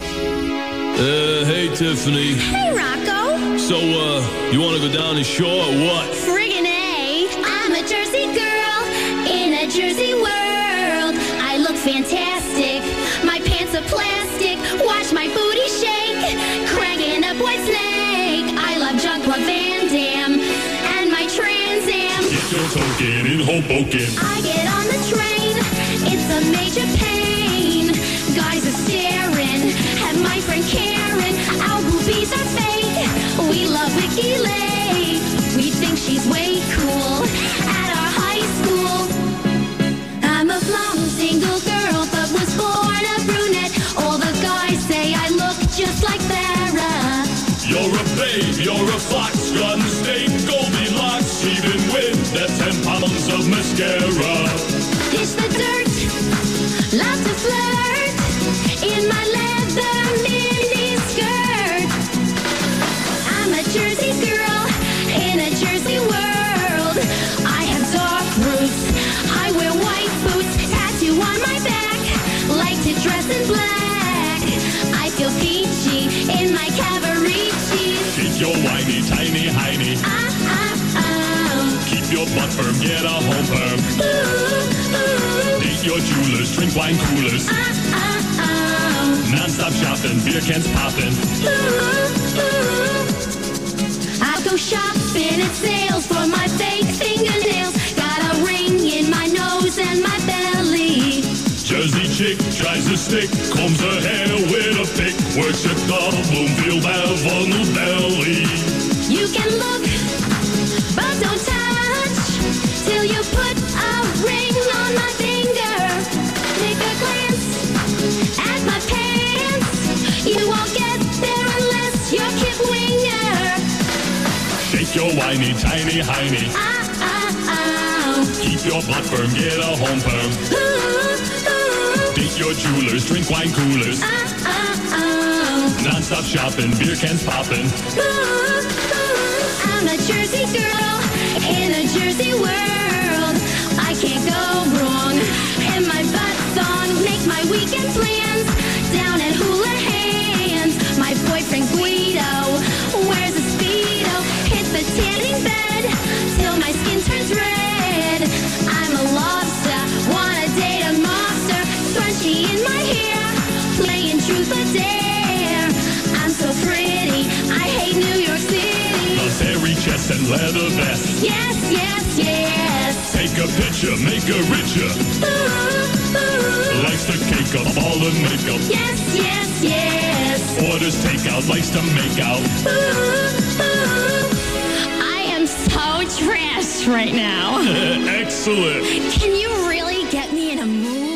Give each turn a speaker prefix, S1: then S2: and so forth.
S1: Eh, Hey, Tiffany.
S2: Hey, Rocco.
S1: So, uh, you want to go down the shore or what?
S2: Friggin' A. I'm a Jersey girl in a Jersey world. I look fantastic. My pants are plastic. Watch my booty shake. Cragging up white snake. I love Jean Claude Van Damme and my Trans Am.
S3: Get your token in Hoboken.
S2: I get on the train, it's a major pain. Guys are staring at my friend Karen. Our boobies are fake. We love Nikki Lake. We think she's way cool at our high school. I'm a blonde single girl, but was born a brunette. All the guys say I look just like Farrah.
S3: You're a babe, you're a fox, gun state, Goldilocks. She didn't win the 10 pounds of mascara.
S2: Dish the dirt, lots of flirt in my leather mini skirt. I'm a Jersey girl in a Jersey world. I have dark roots. I wear white boots, tattoo on my back. Like to dress in black. I feel peachy in my Cavaricci.
S3: Keep your whiny, tiny, hiney.
S2: Ah ah ah.
S3: Keep your butt firm, get a home firm.
S2: Ooh ooh.
S3: Date your jewelers, drink wine coolers.
S2: Ah ah ah.
S3: Non-stop shopping, beer cans popping.
S2: I go shopping at sales for my fake fingernails. Got a ring in my nose and my belly.
S3: Jersey chick tries to stick, combs her hair with a pick. Works at the Bloomfield Avenue Deli.
S2: You can look, but don't touch till you put a ring on my finger. Take a glance at my pants. You won't get there unless you're Kip Winger.
S3: Shake your whiny, tiny, hiney.
S2: Ah ah
S3: Keep your butt firm, get a home firm.
S2: ah. Ooh, ooh.
S3: Date your jewelers, drink wine coolers.
S2: Ah ah ah.
S3: Non-stop shopping, beer cans popping.
S2: Ooh, ooh, uh, I'm a Jersey girl in a Jersey world. I can't go wrong. And my butt song make my weekend plans down at Hula Hands. My boyfriend Guido wears a speedo. Hit the tanning bed till my skin turns red. I'm a lobster, wanna date a monster. Scrunchy in my hair, playing truth or dare. I'm so pretty, I hate New York City.
S3: A fairy chest and leather vest.
S2: Yes, yes, yes.
S3: Take a picture, make her richer.
S2: Ooh, ooh.
S3: Likes to cake up all the makeup.
S2: Yes, yes, yes.
S3: Orders takeout, likes to make out.
S2: Ooh, ooh. I am so trash right now.
S3: Excellent.
S2: Can you really get me in a mood?